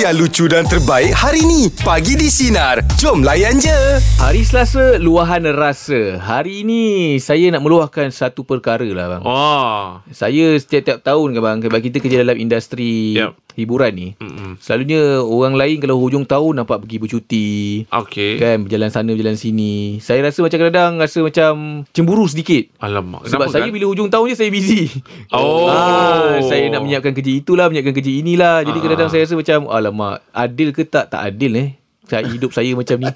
yang lucu dan terbaik hari ni. Pagi di Sinar. Jom layan je. Hari Selasa, luahan rasa. Hari ini, saya nak meluahkan satu perkara lah bang. Oh. Oh. Saya setiap-tiap tahun ke bang, sebab kita kerja dalam industri Yup. hiburan ni. Mm-mm. Selalunya orang lain kalau hujung tahun nampak pergi bercuti. Okay. Kan, berjalan sana, berjalan sini. Saya rasa macam kadang-kadang rasa macam cemburu sedikit. Alamak. Sebab kenapa saya kan? bila hujung tahun je saya busy. Oh. Ah, saya nak menyiapkan kerja itulah, menyiapkan kerja inilah. Jadi Ah. kadang-kadang saya rasa macam alamak, adil ke tak? Tak adil eh. Saya hidup saya macam ni.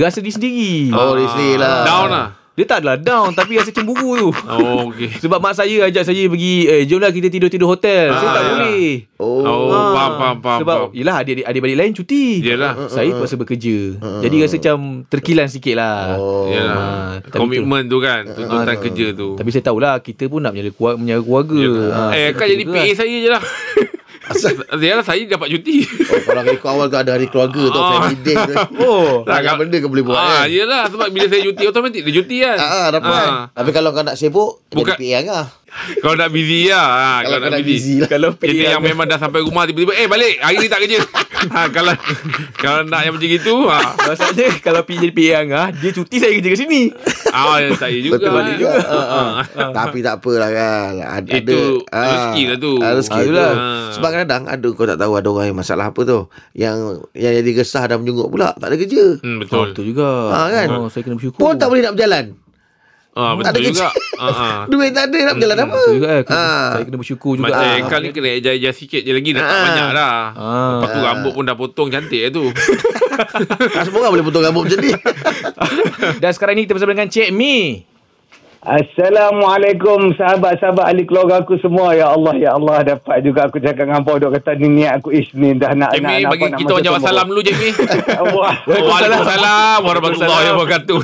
Rasa diri sendiri. Oh, dia sendiri lah. Ah. Down lah. Dia tak adalah down tapi rasa cemburu tu. Oh, okay. Sebab mak saya ajak saya pergi eh jomlah kita tidur-tidur hotel. saya Ah, tak yalah. boleh. Oh. Oh, Ah, faham, faham, faham. Sebab faham. yelah adik-adik adik-adik lain cuti. Yelah. Uh-uh. Saya terpaksa bekerja. Jadi rasa macam terkilan sikit lah. Oh. Yelah. Ah, tapi Komitmen tu Uh-uh. kan. Tuntutan kerja tu. Tapi saya tahulah kita pun nak menjaga keluarga, menjaga keluarga. Ah, eh, kita kau kerja jadi PA keras. saya je lah. Yalah, saya dapat cuti. Oh, kalau kau awal kau ada hari keluarga tu, Ah. family day. Oh. Lah, Banyak kau- benda kau boleh buat Ah, kan. yelah. Sebab bila saya cuti, otomatik dia cuti kan. Ah, ah, dapat. Ah. Tapi kalau kau nak sibuk, Bukan- jadi PA kan. Kalau nak busy lah. Ah, Kalau kau nak busy lah. Kalau Kita yang memang dah sampai rumah tiba-tiba eh balik hari ni tak kerja. ha, kalau kalau nak yang macam gitu ha. Maksudnya kalau pergi jadi PA Angah, dia cuti saya kerja kat sini. Ah, saya juga. Betul balik juga. Ah, ah. Ah. Tapi tak apalah kan. Ada, Itu ada, rezeki lah tu. ah, Rezeki Ah, tu. itulah. Sebab kadang ada kau tak tahu ada orang yang masalah apa tu. Yang yang jadi gesah dan menyunggup pula. Tak ada kerja. Oh, Hmm, betul. betul juga. Ah, kan? Oh, saya kena bersyukur. Pun tak boleh nak berjalan. Ah, Tak ada betul juga. kerja. Ah, ah. Duit tak ada nak berjalan apa. Betul juga. eh. Kena- Ah. Saya kena bersyukur juga. Macam Ah. Ekal ni kena eja-eja sikit je lagi dah tak Ah. banyak dah. Ah. Lepas tu rambut pun dah potong cantik eh tu. Tak semua orang boleh potong rambut macam ni. Dan sekarang ni kita bersama dengan Cik Mi. Assalamualaikum sahabat-sahabat ahli keluarga aku semua. Ya Allah, ya Allah dapat juga aku cakap dengan abang dok kata ni niat aku ish ni dah nak nak Jamie nak bagi apa, nak kita masuk orang jawab sumber. salam dulu Jamie. Wah. Waalaikumsalam warahmatullahi wabarakatuh.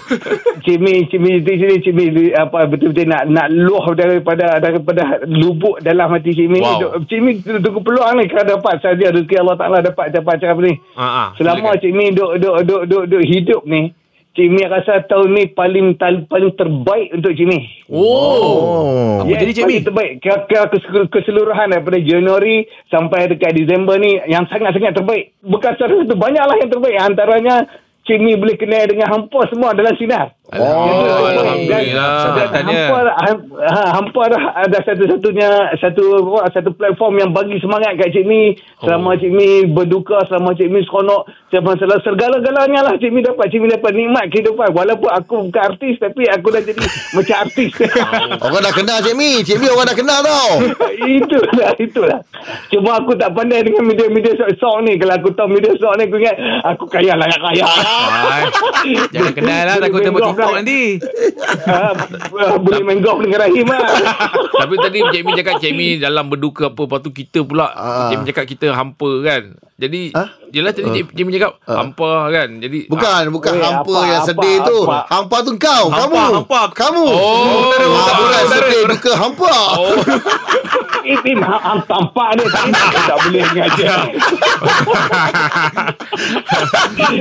Cimi, cimi di sini cimi di- apa betul-betul nak nak luah daripada daripada lubuk dalam hati cimi. Wow. Dok- Cimi tunggu peluang ni kalau dapat saja rezeki Allah Taala dapat dapat macam apa ni. Ah, ah, Selama silakan. cimi duk duk duk duk duk hidup ni, cimi rasa tahun ni paling tal- paling terbaik untuk cimi. Oh. Apa Yes, jadi Cik Mi? paling terbaik. Ke- ke- kesel- Keseluruhan daripada Januari sampai dekat Disember ni yang sangat-sangat terbaik. Bukan satu-satu. Banyaklah yang terbaik. Antaranya Cik Mi boleh kenal dengan hampa semua dalam sinar. Oh, Sedap alhamdulillah. tak? Tanya. Hampa, ham- ha, hampa dah ada satu-satunya satu apa, satu platform yang bagi semangat kat Cik Mi Oh. selama Cik Mi berduka, selama Cik Mi seronok, selama selama segala-galanya lah Cik Mi dapat, Cik Mi dapat nikmat kehidupan. Walaupun aku bukan artis tapi aku dah jadi macam artis. Oh, Orang dah kenal Cik Mi. Cik Mi orang dah kenal tau. itulah, itulah. Cuma aku tak pandai dengan media-media sok-sok ni. Kalau aku tahu media sok ni, aku ingat aku kaya lah, kaya. Hai. Jangan kenal lah takut Boleh tembak golf TikTok lah. nanti. Ah, ah, boleh main golf dengan Rahim lah. Tapi tadi Jamie cakap Jamie dalam berduka apa lepas tu kita pula Ah. Jamie cakap kita hampa kan. Jadi Ah? jelah tadi Jamie cakap hampa kan. Jadi Bukan, bukan Weh, hampa Eh, apa, yang apa, sedih tu. apa. Hampa tu kau, kamu. hampa. Kamu. Oh, utara, Ah, utara, bukan utara, sedih utara. duka hampa. Im, Im, ha- am tampak dia. Tak, Im, tak boleh Ya. ngajar.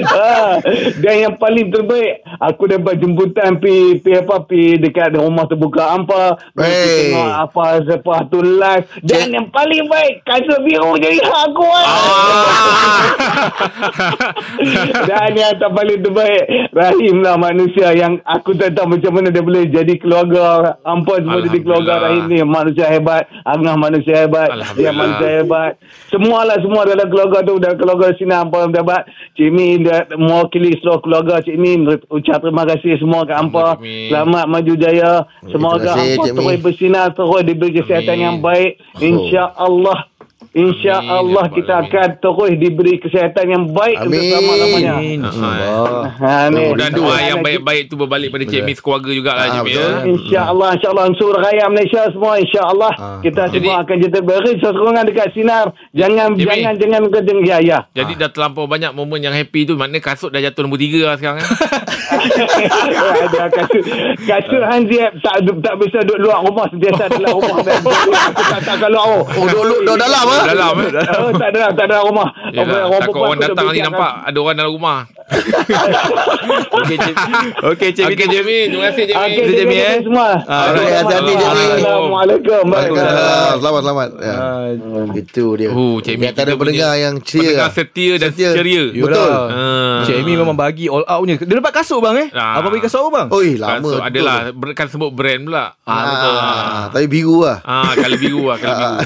ah, dan yang paling terbaik, aku dapat jemputan pi, pi apa, pi dekat rumah terbuka hampa. Hey. Hey. Tengok apa, siapa tu live. Dan yang paling baik, kasa biru jadi hak aku. lah. Ah. Dan yang tak paling terbaik Rahim lah manusia Yang aku tak tahu macam mana Dia boleh jadi keluarga Hampa semua jadi Alhamdulillah. keluarga Rahim ni Manusia hebat Angah manusia hebat Alhamdulillah. Dia manusia hebat Semualah semua dalam keluarga tu Dalam keluarga sini Hampa yang dapat Cik Mi dia mewakili seluruh keluarga Cik Mi Ucap terima kasih semua kat Hampa Cik Mi. Selamat maju jaya kasih, Semoga Hampa Cik Mi. terus bersinar Terus diberi kesihatan Amin. yang baik Insya Allah Insya Amin. Allah Ya kita Rabbal akan terus diberi kesihatan yang baik untuk Amin. selama-lamanya. Amin. Ah, Allah. Ha, ni. Dan doa yang baik-baik tu berbalik pada Cik Miss keluarga jugalah Ah, Cik Miss. betul. ya. InsyaAllah InsyaAllah Unsur raya Malaysia semua InsyaAllah Ah, Kita ah. semua Jadi- akan jadi beri Sokongan dekat Sinar Jangan Jimmy. Jangan Jangan Jangan Ya ya Ah. Jadi dah terlampau banyak momen yang happy tu Maknanya kasut dah jatuh nombor tiga lah sekarang eh. Ada kasut Kasut Hanziab Tak tak bisa duduk luar rumah Sentiasa dalam rumah Dan Aku tak tak keluar Oh, duduk duduk- duduk dalam ah. Dalam eh Oh, tak ada tak ada rumah. Yelah, Orang takut perempuan orang aku tak datang ni fikirkan. kan? nampak Ada orang dalam rumah Okey, Cik. Okey, Cik. Okey, Jamie. Terima kasih, Jamie. Okey. Kita jamin, eh. semua. Ah, okey, hati-hati, Jamie. Assalamualaikum. Waalaikumsalam. Selamat, selamat. selamat. Ya. Ah, Itu dia. Oh, Cik Di Min, antara kita pendengar punya yang lah. ceria. pendengar setia dan ceria. Betul. Betul. Ah. Cik Amy memang bagi all out punya. Dia dapat kasut bang eh? Ah. Abang bagi kasut apa bang? Oi, Kan, lama. so, betul. adalah ber- kan sebut brand pula. Ah, betul. tapi biru lah. Ah, kali biru lah, kali biru.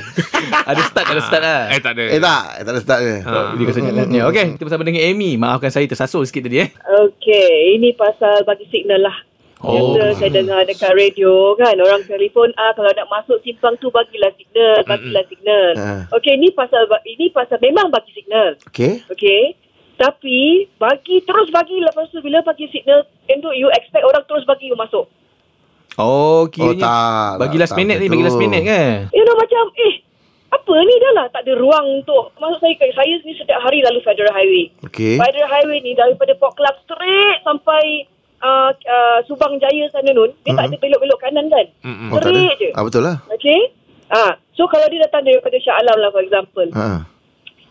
ada start, ada start lah. Eh, tak ada. Eh tak, tak ada start dia. Oh, Dia kasut jalannya. Okey, kita bersama dengan Amy. Maafkan saya tersasul sikit tadi eh. Okey, ini pasal bagi signal lah. Oh. Biasa saya dengar dekat radio kan, orang telefon, ah kalau nak masuk simpang tu bagilah signal, bagilah signal. Ah. Okey, ini pasal ba- ini pasal memang bagi signal. Okay. Okey. Tapi bagi terus bagi lepas tu bila bagi signal tentu you expect orang terus bagi you masuk. Oh, Oh kiranya. tak. Bagi tak, last tak minute ni, macam bagi tu. last minute kan? You know macam eh apa ni dah lah tak ada ruang untuk masuk saya saya ni setiap hari lalu Federal Highway. Okay. Spider Highway ni daripada Port Club straight sampai uh, uh, Subang Jaya sana nun, dia tak ada belok-belok kanan kan. Mm-mm. Oh tak ada. Straight je. Ah, betul lah. Okey. Ah, so kalau dia datang daripada Shah Alam lah for example, Ha.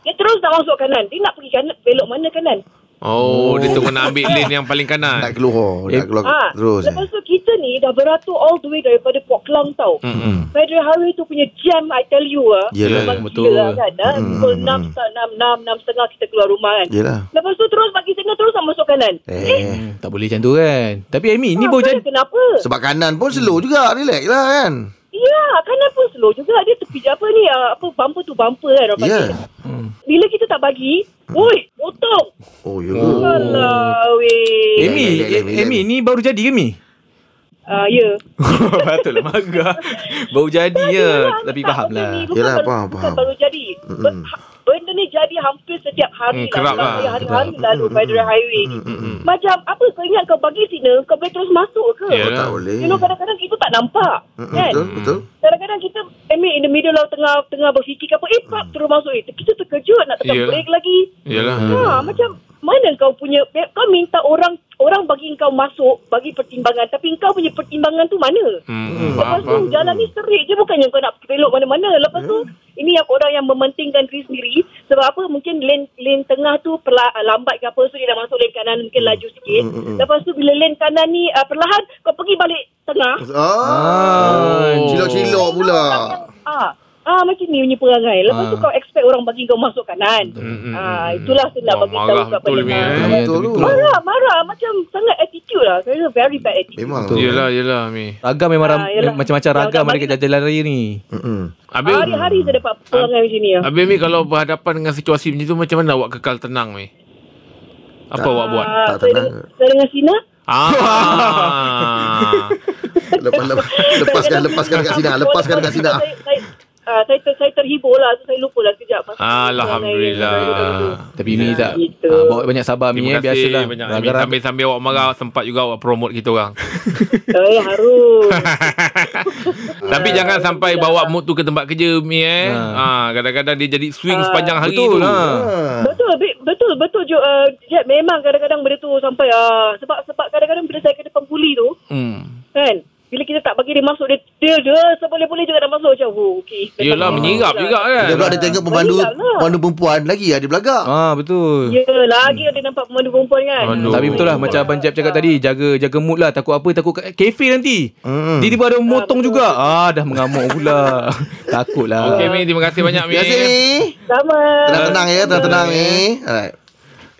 dia terus nak masuk kanan. Dia nak pergi kanan, belok mana kanan? Oh, dia tunggu nak ambil lane yang paling kanan. Nak keluar, Eh, nak keluar Ah, terus. eh. Lepas tu kita ni dah beratur all the way daripada Port Klang tau. Mm-mm. Federal Highway tu punya jam I tell you ah. Yelah, memang betul. gila lah kan. Ah. Mm. Pukul 6, 6, 6, 6 setengah kita keluar rumah kan. Yelah. Lepas tu terus bagi signal terus nak masuk kanan. Eh, Hmm, tak boleh macam tu kan. Tapi Amy, ni Ah, baru kau jadi. dah Kenapa? sebab kanan pun slow juga, relax lah kan. Ya, kanan pun slow juga. Dia tepi apa ni, ah, apa bumper tu bumper kan orang Ya. panggil. Hmm. Bila kita tak bagi, woi, potong. Oh, ya. ke? Alah, weh. Amy, Relax, relax, relax. Amy ni baru jadi ke Mi? Ah, ya. Patutlah lah, marah. Baru jadi ya. Tapi faham lah. Bukan Yelah, baru- faham, bukan faham. Baru jadi. Ber- Benda ni jadi hampir setiap hari Hmm, kerap lah. Saya Hari-hari lalu Federal Highway ni. Macam apa kau ingat kau bagi signal, kau boleh terus masuk ke? Ya. Oh, tak boleh. You know, kadang-kadang kita tak nampak. Mm-mm, Kan? Betul, betul. Kadang-kadang kita I mean, in the middle of tengah tengah berfikir ke apa eh Mm. pap terus masuk eh kita terkejut nak tekan Yelah. break lagi. Yelah. Ha macam mana kau punya kau minta orang orang bagi kau masuk bagi pertimbangan tapi kau punya pertimbangan tu mana? Hmm, Lepas faham, tu faham. jalan ni serik je bukannya kau nak belok mana-mana. Lepas tu Eh? ini yang orang yang mementingkan diri sendiri sebab apa mungkin lane lane tengah tu perla, ah, lambat ke apa so dia dah masuk lane kanan mungkin laju Mm, sikit. Lepas tu bila lane kanan ni uh, perlahan kau pergi balik tengah. Ah, Oh. cilok-cilok pula. Ah, ah macam ni punya perangai. Lepas tu Ah. kau expect orang bagi kau masuk kanan. Mm, mm, Ah, mm. itulah saya nak Wah, bagi tahu marah kat betul, pendengar. Mia, eh. Ya, Betul Betul, tu. betul. Marah, marah. Macam sangat attitude lah. Saya very bad attitude. Memang. Betul. Yelah, yelah, Mi. Ragam memang Ah, ram- yelah. macam-macam Dah- ragam dah ada kat balik- jalan raya ni. Ah, Mm-mm. Habis, Hari-hari saya dapat perangai macam ni. lah. habis Mi, kalau berhadapan dengan situasi macam tu, macam mana awak kekal tenang, Mi? Apa awak buat? Ah, Tak saya, tenang. dengan- saya dengan Sina. Ah. Lepas, lepas, lepaskan, Kadang-kadang- lepaskan dekat Sina. Lepaskan dekat Sina. Saya, saya, ah, saya, ter, saya terhibur lah. So, saya lupa lah sekejap. Pasal Alhamdulillah. perangai tu. Tapi Mi Ya, tak gitu. ah, bawa banyak sabar Mi eh Terima kasih biasalah. banyak. Mi. Ragam-ragam. Sambil-sambil awak marah, sempat juga awak promote kita orang. Eh, harus. Eh, Tapi jangan sampai bawa mood tu ke tempat kerja, Mi, eh. Ah, kadang-kadang dia jadi swing Ah, sepanjang hari Betul tu. Ah. lah. Betul, be- betul, betul Jo. Uh, Jeb, memang kadang-kadang benda tu sampai ah sebab sebab kadang-kadang bila saya kena pembuli tu, Hmm. kan, bila kita tak bagi dia masuk dia dia, dia seboleh-boleh juga dah masuk macam oh, okey. memang Yelah, memang menyirap betul juga lah. kan. Dia pula ada tengok pemandu Boleh tak lah? pemandu perempuan lagi ada belagak. Ah betul. Ya, lagi ada nampak pemandu perempuan kan. Aduh. Tapi betul lah macam Abang Jeb cakap tadi jaga jaga mood lah takut apa takut kat kafe nanti. Mm. Dia tiba ada motong juga. Ah dah mengamuk pula. takut lah. Okay, Mi. Terima kasih banyak, Mi. Terima kasih ni. Sama. Tenang-tenang ya, tenang-tenang ni. Alright.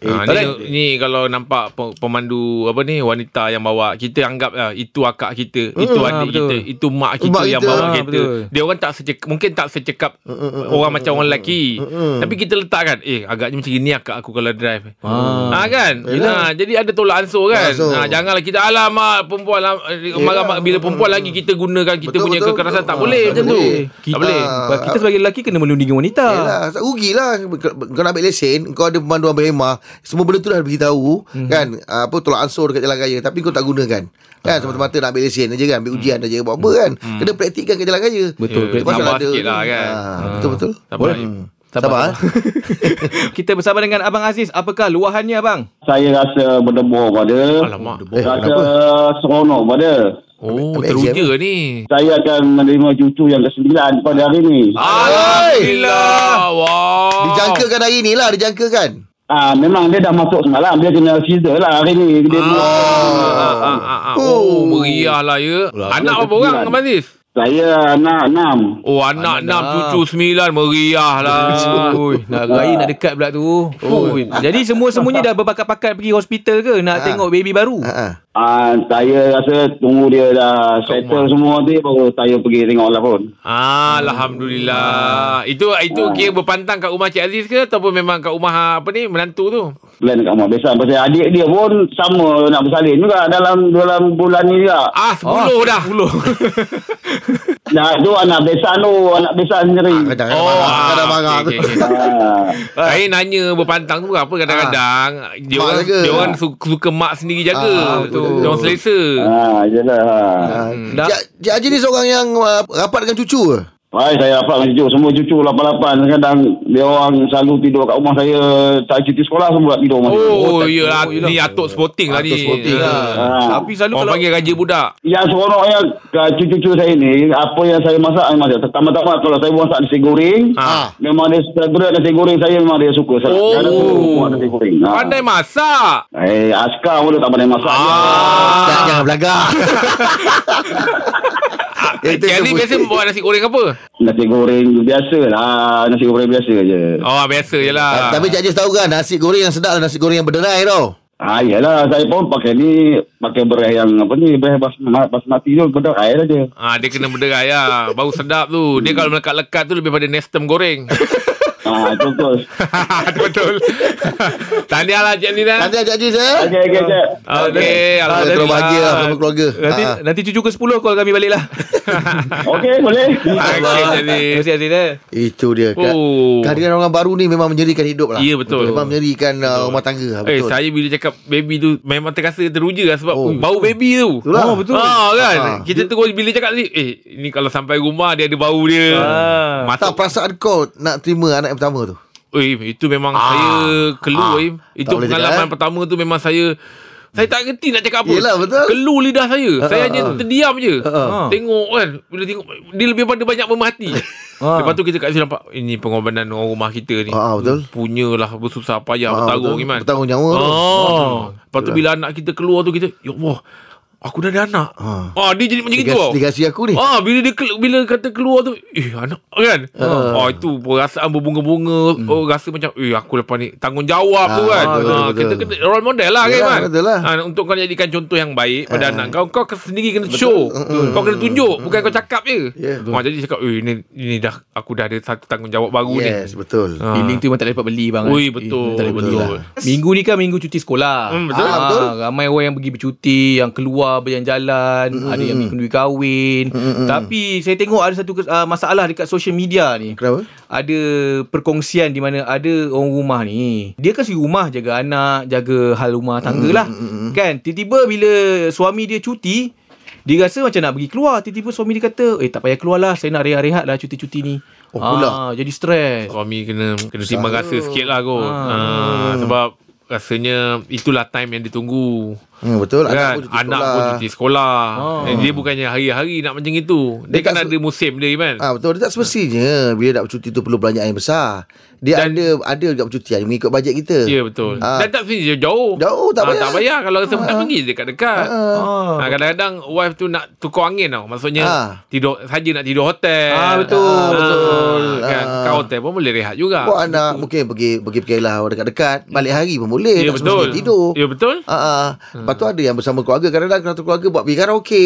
Ha, ni, ni kalau nampak pe- pemandu apa ni wanita yang bawa kita anggap lah, itu akak kita itu ha, adik betul. kita itu mak kita Mak yang kita. bawa Ha, kita betul. dia orang tak secekap mungkin tak secekap Mm, orang macam orang lelaki tapi kita letakkan eh agaknya macam ini akak aku kalau drive ha, kan ha, jadi ada tolak ansur kan Ansur. ha, janganlah kita alamak perempuan lah, eh, marah marah bila perempuan lagi kita gunakan kita Betul, punya betul, kekerasan betul. tak Ha, boleh tak macam tu boleh. tak boleh Sebab kita sebagai lelaki kena melindungi wanita. Ah. Yelah, rugilah Kau nak ambil lesen Kau ada pemandu ambil hemah Semua benda tu dah beritahu Mhm. mm-hmm. Kan ah, Apa tolak ansur dekat jalan raya Tapi kau tak gunakan Ah. Kan semata-mata nak ambil lesen aja kan Ambil ujian aja Buat apa kan Kena praktikkan ke jalan raya Hmm. Betul, Ya, praktik. sabar sikit lah kan Ah, Betul-betul Tak boleh. Sabar, eh? kita bersama dengan Abang Aziz. Apakah luahannya Abang? saya rasa berdebur pada alamak Eh, rasa kenapa? seronok pada oh ambil ya. teruja ni saya akan menerima cucu yang kesembilan pada hari ini Alhamdulillah. Wow. Dijangkakan hari ni lah Dijangkakan Ah, memang dia dah masuk semalam. Dia kena scissor lah hari ni. Dia buat. Ah, ah, ah, ah. Oh, meriah lah ya. Anak berapa orang, Abang Aziz? Saya anak enam. Oh, anak Anak enam, enam. cucu sembilan. Meriah lah. Ui, nak raya nak dekat pula tu. Ui. Jadi semua-semuanya dah berpakat-pakat pergi hospital ke nak Ah. tengok baby baru? Ha ah. Ah, saya rasa tunggu dia dah settle semua tu baru saya pergi tengok lah pun. Ah, Alhamdulillah. Itu itu kira berpantang kat rumah Cik Aziz ke ataupun memang kat rumah ah, apa ni menantu tu? Plan dekat rumah. Biasa pasal adik dia pun sama nak bersalin juga dalam dalam bulan ni juga. Ah, sepuluh dah. Sepuluh. Nah, tu anak besan tu, anak besan sendiri. Kadang-kadang oh, marah, kadang ah, marah tu. okay, okay, okay. Ah, Saya nanya berpantang tu apa kadang-kadang dia Ah. Mak orang jaga. dia orang su- suka mak sendiri jaga. Ah, tu. betul. Dia orang selesa. Hmm, ah, jelah. Ah. Ah. Dah. Cik- Cik Haji ni seorang yang ah, rapat dengan cucu ke? Baik, saya dapat dengan cucu. Semua cucu 88. Kadang dia orang selalu tidur kat rumah saya. Tak cuti sekolah semua tak tidur rumah saya. Oh, tak- iyalah oh, yelah. ni atuk sporting lah ni. Atuk sporting lah. Ah. Tapi selalu Orang kalau panggil raja budak. Yang seronoknya ah, cucu-cucu saya ni, apa yang saya masak, saya masak. Pertama-tama kalau saya masak nasi goreng, Ah. memang dia favourite nasi goreng saya memang dia suka. Saya Oh. saya suka nasi goreng. Ah. Pandai masak. Eh, askar pun tak pandai masak. Ah. Tak, jangan belagak. Eh, Itu Cik Aziz sebut- biasa buat nasi goreng apa? Nasi goreng biasa lah. Nasi goreng biasa je. Oh, biasa je Ah, lah. Tapi Cik Haji tahu kan nasi goreng yang sedap adalah nasi goreng yang berderai tau. Ah, iyalah. Saya pun pakai ni, pakai beras yang apa ni, beras basmati, basmati tu, lah bedak air aja. Ah, dia kena berderai lah. Baru sedap tu. Dia kalau melekat-lekat tu lebih pada Nestem goreng. Ah, contoh. Betul. Tahniahlah lah, Cik Aziz. Nanti Cik Haji saya. Okey, okey, okey. Okey, Ah, Alhamdulillah. terlalu bahagia lah sama keluarga. nanti Ah, ah. nanti cucu ke 10 call kami baliklah. Okey, boleh. Ah, Okey, jadi. Terima kasih Aziz. eh. Itu dia. Kak. Oh. Kehadiran orang baru ni memang menyerikan hidup lah. Ya, betul. Memang menyerikan ah, rumah tangga. lah, Eh, Betul. saya bila cakap baby tu memang terasa teruja lah sebab Oh. oh. bau baby tu. Itulah. Oh, betul. Ah, kan. Ah. Kita terus bila cakap ni, eh, ni kalau sampai rumah dia ada bau dia. Ah. Masuk. Tak perasaan kau nak terima anak yang pertama tu. Eh, itu memang saya keluar. Ah. Eh. Itu Tak boleh pengalaman cakap, eh? pertama tu memang saya saya tak ngerti nak cakap apa. Yelah, betul. Keluh lidah saya. Uh, saya ah, hanya ah. terdiam je. ah. Tengok kan. Bila tengok dia lebih pada banyak memerhati. Lepas tu kita kat sini nampak ini pengorbanan orang rumah kita ni. Ah, ah, betul. Punyalah bersusah payah Ah, bertarung betul. Iman. Bertarung nyawa tu. Ah, Oh. Lepas tu bila anak kita keluar tu kita, ya Allah, aku dah ada anak. Ah. Ah, dia jadi macam Legasi, gitu. tau. legasi aku ni. Ah bila dia kel- bila kata keluar tu eh anak kan. Ah. Hmm. Ah itu perasaan berbunga-bunga oh rasa macam eh aku lepas ni tanggungjawab tu Ah, kan. betul, Ah, betul. kita kena role model lah kan Yelah, man. betul lah. Ah, untuk kau jadikan contoh yang Ah. baik pada anak kau kau ke- sendiri kena show. Kau kena tunjuk bukan kau cakap je. Yeah, betul. Ah jadi cakap eh ni ni dah aku dah ada satu tanggungjawab baru ni. Yes, betul. Ah. Feeling tu memang tak dapat beli bang. Ui, Eh, betul, tak dapat beli. betul. Minggu ni kan minggu cuti sekolah. Hmm, betul. Ah, betul. ramai orang yang pergi bercuti, yang keluar berjalan-jalan, Hmm, ada yang minggu kahwin. Tapi saya tengok ada satu kes- ah, masalah dekat social media ni. Kenapa? Ada perkongsian di mana ada orang rumah ni. Dia kan si rumah jaga anak, jaga hal rumah tangga Hmm, lah. Kan? Tiba-tiba bila suami dia cuti, dia rasa macam nak pergi keluar. Tiba-tiba suami dia kata, eh tak payah keluar lah. Saya nak rehat-rehat lah cuti-cuti ni. Oh, Ah, pula. jadi stres. Suami kena kena timbang rasa sikit lah kot. Ah. Ah, sebab rasanya itulah time yang ditunggu. Hmm, betul. kan pun cuti anak sekolah. pun cuti sekolah Oh. Eh, dia bukannya hari-hari nak macam itu dia, Dia kan tak ada musim dia kan Ah betul dia tak semestinya bila nak bercuti tu perlu belanjaan yang besar. Dia Dan- ada ada juga percutian mengikut bajet kita. ya betul Ah. dan tak mesti jauh Jauh, tak Ah, payah. tak payah kalau rasa nak pergi dekat-dekat Ha. Ah. Ah, kadang-kadang wife tu nak tukar angin tau maksudnya Ah. tidur saja nak tidur hotel Ah, betul. Ah, betul. kan Ah. kat hotel pun boleh rehat juga Buat ah, anak mungkin pergi pergi pergilah dekat-dekat, balik hari pun boleh, ya tak betul semestinya tidur. ya betul Ah, ah. Lepas tu ada yang bersama keluarga Kadang-kadang satu keluarga buat pergi karaoke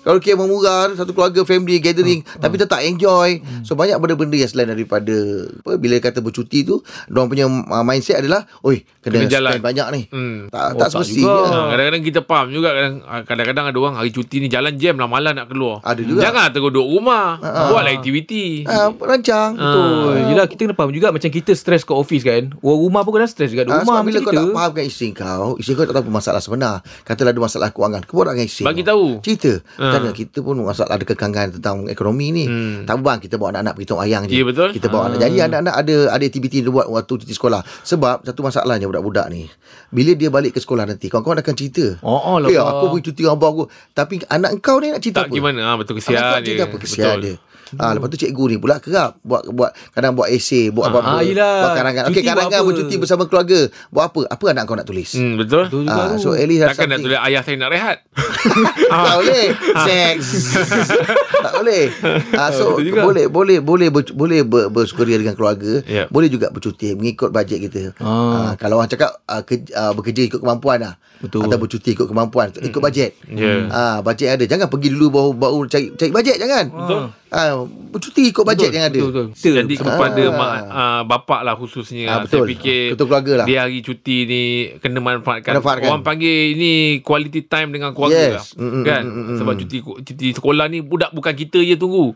Karaoke memang murah Satu keluarga family gathering Hmm. Tapi tetap enjoy So banyak benda-benda yang selain daripada apa, Bila kata bercuti tu Diorang punya uh, mindset adalah Oi kena, Kena jalan." spend banyak ni Hmm. Tak, Oh, tak tak juga. semestinya Ah, Kadang-kadang kita faham juga kadang, ah, Kadang-kadang ada orang Hari cuti ni jalan jam lah Malah nak keluar Ada juga. Jangan terus duduk rumah Buatlah aktiviti Ah, Rancang Betul. Yelah kita kena faham juga macam kita stres kat office kan. Orang rumah pun kena stres juga. Di Ah, rumah sebab macam bila kau kita. tak fahamkan isteri kan kau Isteri kau tak tahu apa masalah sebenar Katalah ada masalah kewangan Kau buat dengan isteri Bagi kau. tahu. Cerita Ah. Macam mana kita pun masalah Ada kekangan tentang ekonomi ni Hmm. Tak apa bang Kita bawa anak-anak pergi tengok ayang je Ya, betul. Kita bawa anak Jadi anak-anak ada Ada aktiviti dia buat Waktu cuti sekolah Sebab satu masalahnya Budak-budak ni Bila dia balik ke sekolah nanti Kawan-kawan akan cerita Oh, oh lah. Eh Pak. aku pergi cuti dengan abang aku Tapi anak kau ni nak Tak cerita apa gimana ah, Betul Anak kau kesian cerita dia apa Kesian Betul. dia Ah lepas tu cikgu ni pula kerap buat buat kadang buat esei, Ah, buat apa-apa. ah, yelah. Buat karangan. Cuti Okey, buat karangan apa? bercuti bersama keluarga. Buat apa? Apa anak kau nak tulis? Hmm, betul. Betul juga Ah, tu. so at least Takkan nak tulis ayah saya nak rehat. Ah. tak boleh sex tak boleh ah, so Betul juga. boleh boleh boleh ber, boleh ber, bersukaria dengan keluarga Ya. boleh juga bercuti mengikut bajet kita ah. Ah. kalau orang cakap ah, ke, ah, bekerja ikut kemampuan lah Betul. Hmm. atau bercuti ikut kemampuan ikut bajet Ya. ah, bajet yang ada jangan pergi dulu baru baru cari cari bajet jangan betul ah, bercuti ikut bajet yang ada Betul, betul. Kita Jadi kepada Ah. mak, uh, bapak lah khususnya Ah, ah, betul. Saya fikir Ketua keluarga lah. Dia hari cuti ni Kena manfaatkan. Manfaatkan. Orang panggil ini Quality time dengan keluarga Yes. yes. Mm, mm, lah, Kan mm, mm, Sebab cuti cuti sekolah ni Budak bukan kita je tunggu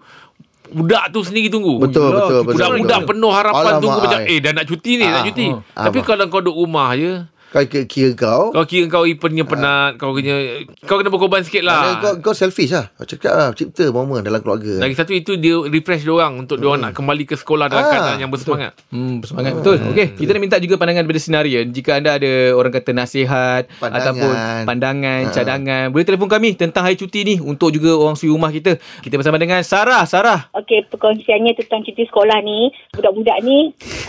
Budak tu sendiri tunggu betul Yelah, kita betul betul, orang betul. Budak-budak penuh harapan Alamak, tunggu macam ai. Eh dah nak cuti ni Nak Ah, cuti ah. Tapi Alamak. kalau kau duduk rumah je kau kira, kira kau Kau kira kau ipennya penat Kau kena Kau kena berkorban sikit Maknanya lah kau, kau selfish lah Kau Cakap lah Cipta momen dalam keluarga Lagi satu itu dia refresh diorang Untuk diorang nak kembali ke sekolah Dalam Ah, keadaan yang bersemangat Hmm, bersemangat betul. Ah, Okey, kita nak minta juga pandangan daripada senarian. Jika anda ada orang kata nasihat Pandangan. Ah. ataupun pandangan, cadangan, boleh telefon kami tentang hari cuti ni untuk juga orang suri rumah kita. Kita bersama dengan Sarah. Sarah. Okey, perkongsiannya tentang cuti sekolah ni, budak-budak ni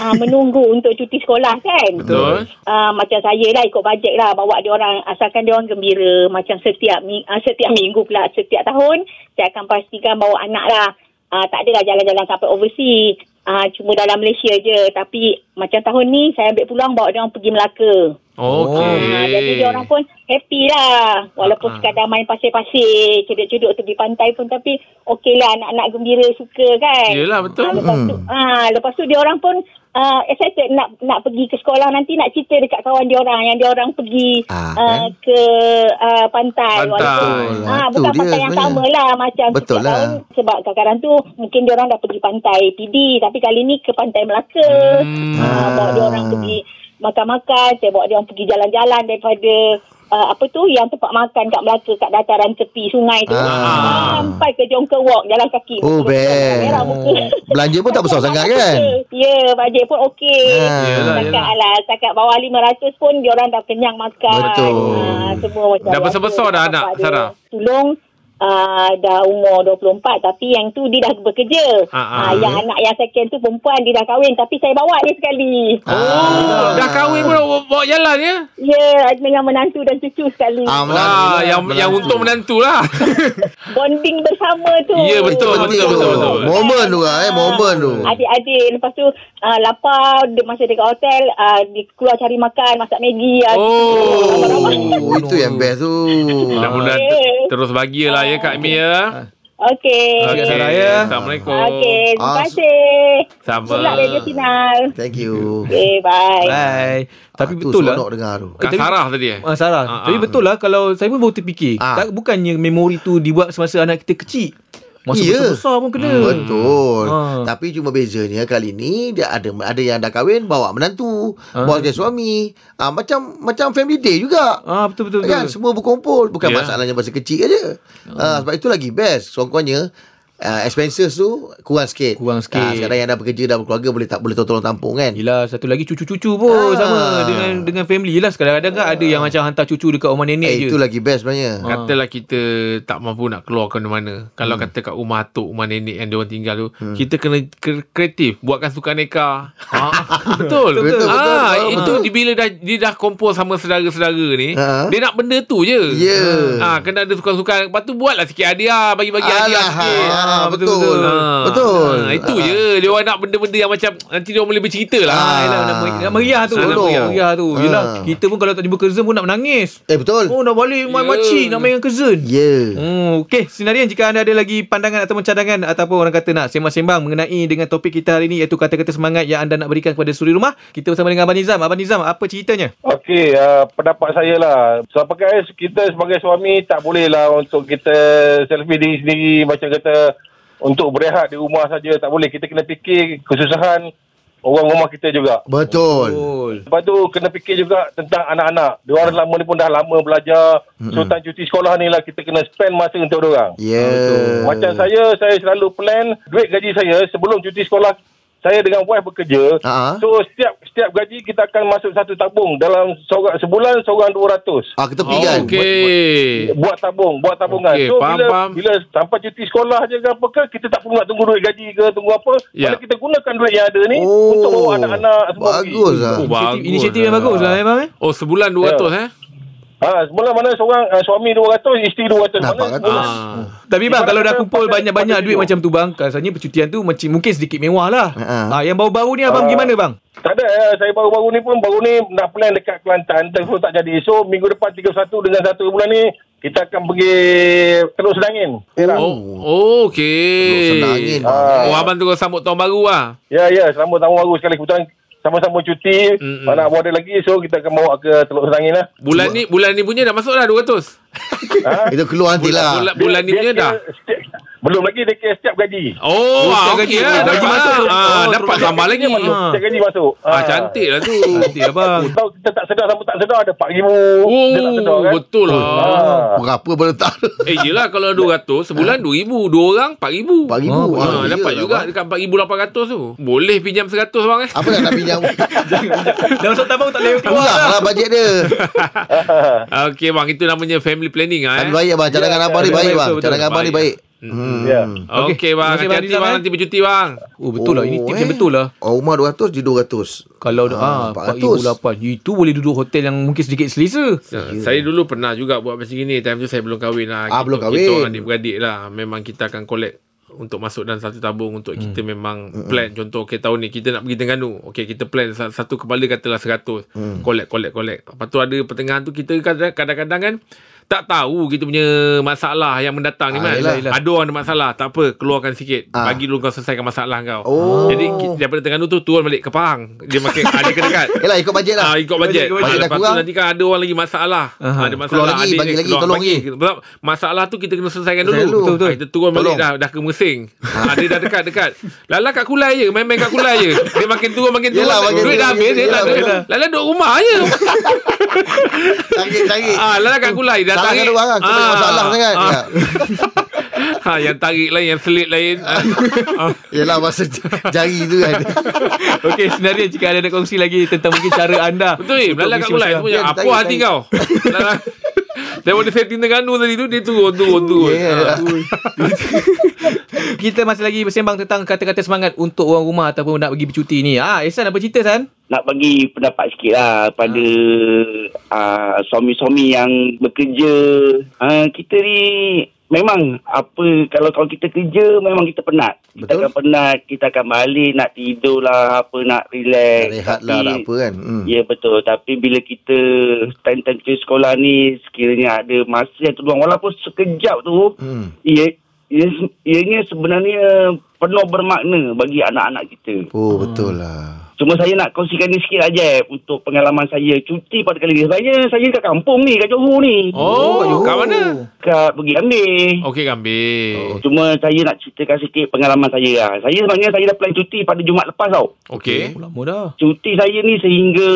uh, menunggu untuk cuti sekolah kan? Betul. Uh, macam saya lah ikut bajet lah bawa dia orang asalkan dia orang gembira macam setiap mi- uh, setiap minggu pula setiap tahun saya akan pastikan bawa anak lah uh, tak adalah jalan-jalan sampai overseas uh, cuma dalam Malaysia je tapi macam tahun ni saya ambil peluang bawa dia orang pergi Melaka Okey. Ah, jadi dia orang pun happy lah. Walaupun Hmm. Ah. sekadar main pasir-pasir, cedok-cedok tepi pantai pun tapi okey lah anak-anak gembira suka kan. Yelah, betul. Ah, lepas Hmm. tu, ah, lepas tu dia orang pun ah, excited nak nak pergi ke sekolah nanti nak cerita dekat kawan dia orang yang dia orang pergi Ah, ah, kan? ke ah, pantai. Pantai. Betul lah. ah, Tu bukan dia pantai yang sebenarnya. sama lah macam Betul setiap lah. tahun sebab kadang-kadang tu mungkin dia orang dah pergi pantai PD tapi kali ni ke pantai Melaka. Hmm. Ah, bawa dia orang Ah. pergi makan-makan, saya bawa dia orang pergi jalan-jalan daripada uh, apa tu yang tempat makan kat Melaka kat dataran tepi sungai tu Ah. sampai ke Jongka Walk jalan kaki. Oh, best. Merah muka. Belanja pun tak besar sangat kan Ya, bajet pun okey. Ah. Yelah, Setakat lah, setakat bawah 500 pun diorang dah kenyang makan. Betul. Ah, semua macam Dah biasa. besar-besar dah anak, Bapak dia Sarah? Sulung Uh, dah umur 24 tapi yang tu dia dah bekerja. Ah, ah. Ah, yang anak yang second tu perempuan dia dah kahwin tapi saya bawa dia sekali. Ah. Oh, dah kahwin pun bawa, bawa jalan ya? Ya, dengan menantu dan cucu sekali. Ah, menantu. Wah, Menantu. yang yang untung menantu lah. Bonding bersama tu. Ah, Ya, betul, betul, Penting tu. betul, betul. Momen tu lah eh Momen tu Adik-adik lepas tu uh, lapar dia masa dekat hotel uh, dia keluar cari makan masak Maggi. ah, Oh. ramai-ramai. Oh, itu yang best tu. Mudah-mudahan ter- terus bahagia lah ya Kak Mia. Ah, Okey. Okey, Sarah, ya. Assalamualaikum. Okey, terima Ah, kasih. Sama. Selamat Radio Sinar. Thank you. Okay, bye. Bye. Tapi Ah, tu betul lah. Seronok dengar tu. Kak Tapi- Sarah tadi eh? Ah, Sarah. Ah, Tapi ah. betul lah kalau saya pun baru terfikir. Ah. Tak bukannya memori tu dibuat semasa anak kita kecil. Masa Ya. besar pun kena. Betul. Ah. Tapi cuma bezanya kali ni dia ada ada yang dah kahwin bawa menantu, Ha. bawa dia suami. Ah macam macam family day juga. Ah, betul betul. betul. Kan Hmm. semua berkumpul bukan yeah. Ya. masalahnya masa kecil aja. Ah sebab itu lagi best. Songkonnya Uh, expenses tu kurang sikit Kurang sikit. Ah, Sekarang yang dah bekerja Dah berkeluarga Boleh tak boleh tolong tampung kan Yelah satu lagi cucu-cucu pun Ah. sama dengan dengan family lah kadang-kadang kan ada yang macam hantar cucu dekat rumah nenek eh, je. Ah. Itu lagi best sebenarnya Katalah kita tak mampu nak keluar ke mana-mana. Hmm. Kalau kata kat rumah atuk, rumah nenek yang diorang tinggal tu, kita kena kre- kreatif. Buatkan sukan neka. ha? Betul. Betul, betul, Ah, betul, itu di- bila dah, dia dah kumpul sama saudara-saudara ni, Ha. dia nak benda tu je. Ya. Ah, kena ada sukan-sukan. Lepas tu buatlah sikit hadiah, bagi-bagi hadiah Alah, sikit. ah, Ah, betul. betul, Betul. Ah. Ah, itu Ah. je. Dia orang nak benda-benda yang macam nanti dia orang boleh bercerita lah. Ah, yelah, nak meri- nak meriah tu. Seronok. Nak meriah, meriah tu. Ah. Yelah, kita pun kalau tak jumpa cousin pun nak menangis. Eh betul. Oh, nak balik main Ya. makcik, nak main dengan cousin. Ya. Yeah. Hmm, okey. Sinarian jika anda ada lagi pandangan ataupun cadangan ataupun orang kata nak sembang-sembang mengenai dengan topik kita hari ini iaitu kata-kata semangat yang anda nak berikan kepada suri rumah, kita bersama dengan Abang Nizam. Abang Nizam, apa ceritanya? Okey, uh, pendapat saya lah. Sebagai kita sebagai suami tak boleh lah untuk kita selfie diri sendiri macam kata untuk berehat di rumah saja tak boleh. Kita kena fikir kesusahan orang rumah kita juga. Betul. Betul. Lepas tu kena fikir juga tentang anak-anak. Diorang lama ni pun dah lama belajar. So time cuti sekolah ni lah kita kena spend masa untuk diorang. Ah, Ah, Ya. Yeah. Macam saya, saya selalu plan duit gaji saya sebelum cuti sekolah saya dengan wife bekerja. Ah. So setiap setiap gaji kita akan masuk satu tabung dalam seorang, sebulan seorang 200. Ah, kita pergi Oh, kan. okey. Buat tabung, buat tabungan. Okey, so faham, bila faham. bila sampai cuti sekolah je ke apa ke, kita tak perlu nak tunggu duit gaji ke tunggu apa. Ya. Kalau kita gunakan duit yang ada ni Oh, untuk bawa anak-anak semua pergi. Oh, Bagus lah. Inisiatif, bagus inisiatif yang lah. bagus lah eh bang eh. Oh, sebulan 200 Ya. eh? Ha, sebulan Ya. mana seorang uh, suami 200, isteri 200. Dah, 400. Mana, bulan- Ah. Tapi bang Ibarat kalau dah kata kumpul pandai- banyak-banyak pandai duit tidur. macam tu bang, rasanya percutian tu macam mungkin sedikit mewah lah. Ha. Ah. Ha, yang baru-baru ni abang Ha. gimana bang? Tak ada. eh, Saya baru-baru ni pun baru ni nak plan dekat Kelantan. Terus tak jadi. So, minggu depan 31 dengan 1 bulan ni, kita akan pergi Teluk Sedangin. Perak. Oh, oh okey. Teruk senangin. Ah. Oh, abang tunggu sambut tahun baru lah. Ya, ya. Selamat tahun baru sekali. Kebetulan sama-sama cuti. Mm-mm. Anak buah ada lagi. So, kita akan bawa ke Teluk Sedangin lah. Bulan ni bulan ni punya dah masuk dah 200. ha? Itu keluar nanti lah. Bulan, bulan ni Dia- punya dia dah. kira setiap- Belum lagi dia kira setiap gaji. Oh, Terus ah, gaji- okey gaji lah. Dapat, masuk. masuk, Oh, ah, dapat terus gambar lagi. Dia masuk, Ah. Setiap gaji masuk. Ah, cantik lah tu. Nanti abang. Eh, Tahu kita tak sedar sampai tak sedar ada RM4,000. Oh, Dia tak sedar kan. betul lah. Ah. Berapa pun tak ada. Eh, yelah kalau 200, sebulan 2,000. Dua orang, 4,000. RM4,000. Oh, Ah, Ha, dapat iyalah, juga bang. dekat 4,800 tu. Boleh pinjam 100 bang eh. Apa nak nak pinjam? dah masuk tabung tak layak keluar Kurang lah. lah bajet dia. Ah, Okey bang, itu namanya family planning ah. Tapi Eh. baik bang. Cadangan abang ni betul, baik betul, bang. betul. Cadangan abang ni Baik. Hmm. baik. Hmm. Ya. Okey Okey, terima kasih, bang, bang hati-hati Rizal, bang eh. nanti bercuti bang. Oh betul lah ini tips yang betul lah. Oh, rumah 200 je 200. Kalau ah, Ah, ah 4008 itu boleh duduk hotel yang mungkin sedikit selesa. Ya, Saya dulu pernah juga buat macam gini. Time tu saya belum kahwin lah. Ah, belum kahwin. Kita orang adik-beradik lah. Memang kita akan collect untuk masuk dalam satu tabung untuk kita Hmm. memang plan contoh okay, tahun ni kita nak pergi Terengganu okey kita plan sa- satu kepala katalah 100 Hmm. collect collect collect lepas tu ada pertengahan tu kita kadang- kadang-kadang kan tak tahu kita punya masalah yang mendatang ni Ah, kan yelah, yelah. ada orang ada masalah tak apa keluarkan sikit Ah. bagi dulu kau selesaikan masalah kau Oh. jadi ki- daripada Terengganu tu turun balik ke Pahang dia makin ada ke dekat Yalah ikut bajet Ah, lah. ikut bajet. Ah, Ikut bajet. Bajet dah lepas tu kurang. nanti kan ada orang lagi masalah. Aha. Ada masalah. Keluar lagi, adik bagi dia lagi, keluar, tolong bagi. Sebab masalah tu kita kena selesaikan dulu. Selesaikan dulu. Betul, betul. Ah, kita turun balik Tolong. dah dah ke Mesing. Ah, dia dah dekat dekat. Lala kat Kulai je, main-main kat Kulai je. Dia makin turun makin turun. Yelah, makin Duit turun, dah habis makin dia tak turun. ada. Yelah. Lala duduk rumah je. Tarik, tarik. Ah, Lala kat Kulai dah Salah tarik. kena barang. Kau banyak masalah sangat. Ya. Ha, yang tarik lain, yang selit lain. Ah. Ah. Yelah masa j- jari tu kan. Okey, sebenarnya jika ada nak kongsi lagi tentang mungkin Ya. cara anda. Betul eh untuk Belalak kat mengisi mulai masalah. Semua Dia Apa tanya, hati tanya. kau Belalak Daripada setting Terengganu tadi tu Dia turun turun turun Ah. Yeah. Ah. yeah. Kita masih lagi bersembang tentang kata-kata semangat untuk orang rumah ataupun nak pergi bercuti ni. Ah, Ihsan apa cerita San? nak bagi pendapat sikit lah pada uh, suami-suami yang bekerja. Uh, kita ni memang apa kalau kalau kita kerja memang kita penat. Kita Betul. akan penat, kita akan balik nak tidur lah, apa nak relax. Nak rehat lah Tapi- nak apa kan. Hmm. Ya betul Tapi bila kita Time-time kita sekolah ni Sekiranya ada masa yang terluang Walaupun sekejap tu Hmm. ia, ia, Ianya sebenarnya Penuh bermakna Bagi anak-anak kita Oh betul lah. Cuma saya nak kongsikan ni sikit aja untuk pengalaman saya cuti pada kali ni. Sebenarnya saya kat kampung ni, kat Johor ni. Oh, kat mana? Kat pergi ambil. Okey Gambir Cuma saya nak ceritakan sikit pengalaman saya lah. Saya sebenarnya saya dah plan cuti pada Jumaat lepas tau. Okey Oh, lama dah. Cuti saya ni sehingga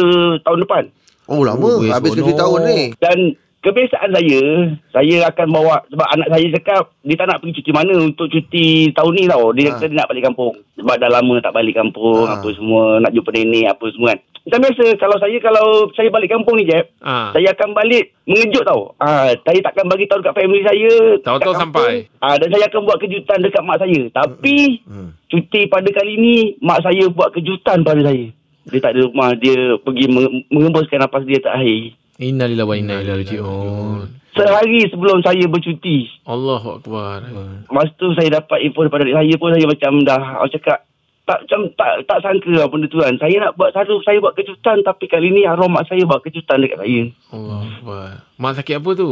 tahun depan. Oh lama. Oh, weh, Habis seronok. 7 tahun ni. Dan kebiasaan saya, saya akan bawa sebab anak saya cakap dia tak nak pergi cuti mana untuk cuti tahun ni tau. Dia Ha. kata dia nak balik kampung. Sebab dah lama tak balik kampung, Ha. apa semua, nak jumpa nenek apa semua kan. Macam biasa kalau saya kalau saya balik kampung ni Jeb, ah. saya akan balik mengejut tau. Ah, saya takkan bagi tahu dekat family saya. Tahu-tahu dekat sampai. kampung. Ah, dan saya akan buat kejutan dekat mak saya. Tapi Hmm. cuti pada kali ni mak saya buat kejutan pada saya. Dia tak ada rumah, dia pergi menge- mengembuskan nafas dia terakhir. Innalillahi wa inna ilaihi rajiun. Sehari sebelum saya bercuti, Allahu Akbar masa tu saya dapat info daripada adik saya pun saya macam dah orang cakap tak macam tak tak sangka lah benda tu kan. Saya nak buat selalu saya buat kejutan tapi kali ni arwah mak saya buat kejutan dekat saya. Allahu Akbar Mak sakit Oh, apa tu?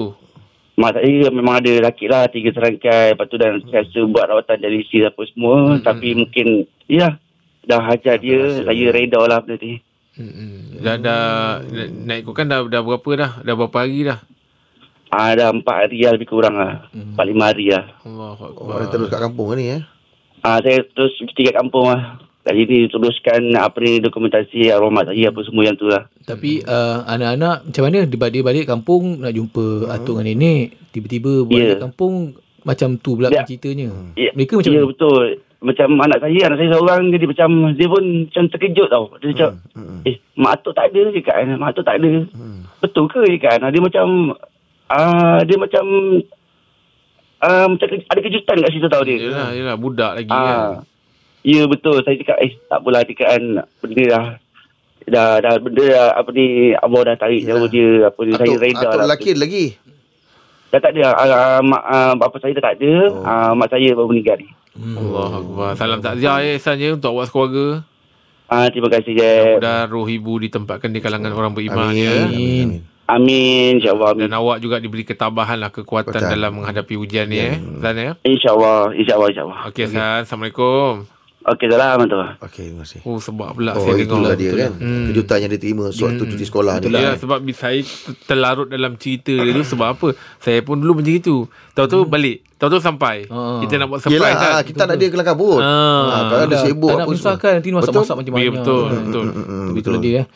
Mak saya memang ada sakit lah tiga serangkai lepas tu dan saya rasa buat rawatan dialisis apa semua Hmm, hmm. tapi mungkin ya dah hajar dia saya reda lah benda ni. Mm-mm. Dah dah na- Nak ikutkan dah, dah berapa dah? Dah berapa hari dah? Ah, dah empat hari lah lebih kurang lah. Empat lima hari lah. Mhm. Allahu Akbar Orang terus kat kampung ni eh. Ah, saya terus pergi kat kampung lah. Kat sini teruskan apa ni dokumentasi arwah mak saya apa semua yang tu lah. Tapi Hmm. uh, anak-anak macam mana dia balik, dia balik kampung nak Hmm. jumpa atuk dengan nenek, tiba-tiba balik Ya. kampung macam tu pula Ya. ceritanya. Hmm. Ya, Mereka macam ya mana? betul. macam anak saya anak saya seorang jadi macam dia pun macam terkejut tau dia macam Hmm, eh mak atuk tak ada je kan mak atuk tak ada betul ke je kan dia macam ah dia macam ah, macam ke- ada kejutan kat situ tau dia Yelah, yelah budak lagi kan. Ah, ya betul. Saya cakap eh tak apalah dia kan benda dah dah dah benda dah, apa ni Allah dah tarik Yalah. jauh dia apa ni saya Atuk, reda atuk lah. lelaki ada lagi Dah tak ada ah, ah, mak ah, bapa saya dah tak ada. Oh. Hmm. Ah, mak saya baru meninggal. Allah Akbar. Salam takziah eh Ihsan ya untuk awak sekeluarga. Ah, terima kasih je. Dan roh ibu ditempatkan di kalangan orang beriman ya. Amin. Amin insya-Allah. Dan amin. awak juga diberi ketabahan lah kekuatan Betul. dalam menghadapi ujian ni eh. Zan ya. Insya-Allah, insya-Allah, insya-Allah. Okey San, Assalamualaikum. Okey, salam tu. Okey terima kasih Oh sebab pula Oh saya dengar. itulah dia Betul. lah. Hmm. kan Kejutan yang dia terima Suatu cuti sekolah eh. ni Kan? Betul lah. sebab bi- saya terlarut dalam cerita dia tu sebab apa? Saya pun dulu macam itu. Tahu-tahu balik. Tahu-tahu sampai. Ah. Kita nak buat surprise Hmm. Yelah ah, kan. Kita nak dia kelam kabut Ah. Ah, Kalau dia Tak sibuk nak apa semua menyusahkan Nanti masak-masak macam mana Hmm. Ya, betul, betul. Tapi itulah dia eh.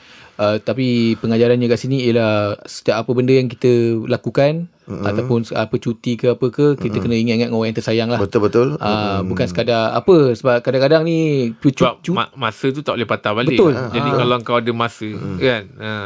Uh, tapi pengajarannya kat sini ialah setiap apa benda yang kita lakukan Hmm. mm-hmm. ataupun se- apa cuti ke apa ke kita mm-hmm. kena ingat-ingat dengan orang yang tersayang lah. Betul-betul Uh, Hmm. Bukan sekadar apa sebab kadang-kadang ni cu- cu- Sebab cu- ma- masa tu tak boleh patah balik. Betul. Jadi Ah. kalau kau ada masa Hmm. kan. ah,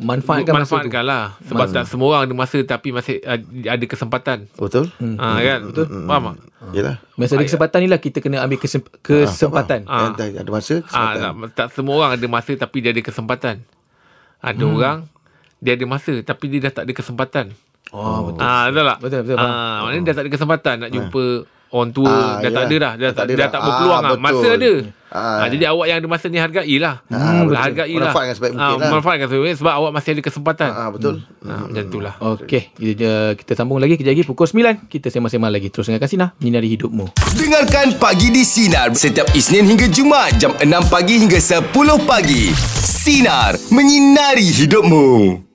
manfaatkan masa tu. manfaatkan lah. Sebab tak semua orang ada masa tapi masih ad- ada kesempatan. Betul Ah, kan? Betul. Faham tak? Hmm. Yelah Masa ada kesempatan ni lah kita kena ambil kesemp- kesempatan. Ah. Yang tak- Ada masa Ah, kesempatan tak, tak semua orang ada masa tapi dia ada kesempatan. Ada Hmm. orang dia ada masa tapi dia dah tak ada kesempatan. Oh, betul. Ah, betul tak? Betul, betul, faham. Ah, maknanya dah tak ada kesempatan nak jumpa orang tua Ah, dah tak yelah. ada dah, dah, tak, ada dah dah. tak berpeluang Ah, ah, masa betul. ada. Ah. Ah, jadi awak yang ada masa ni lah. hargailah. Ah, betul. hargailah. Manfaatkan sebaik mungkin lah. Ah, manfaatkan sebaik mungkin sebab awak masih ada kesempatan. Ah, Betul Ah, macam itulah. Hmm. Okey, kita, kita sambung lagi kejap lagi pukul 9 kita sembang-sembang lagi terus dengan Kasina menyinari hidupmu. Dengarkan Pagi di Sinar setiap Isnin hingga Jumaat jam 6 pagi hingga 10 pagi. Sinar, menyinari hidupmu.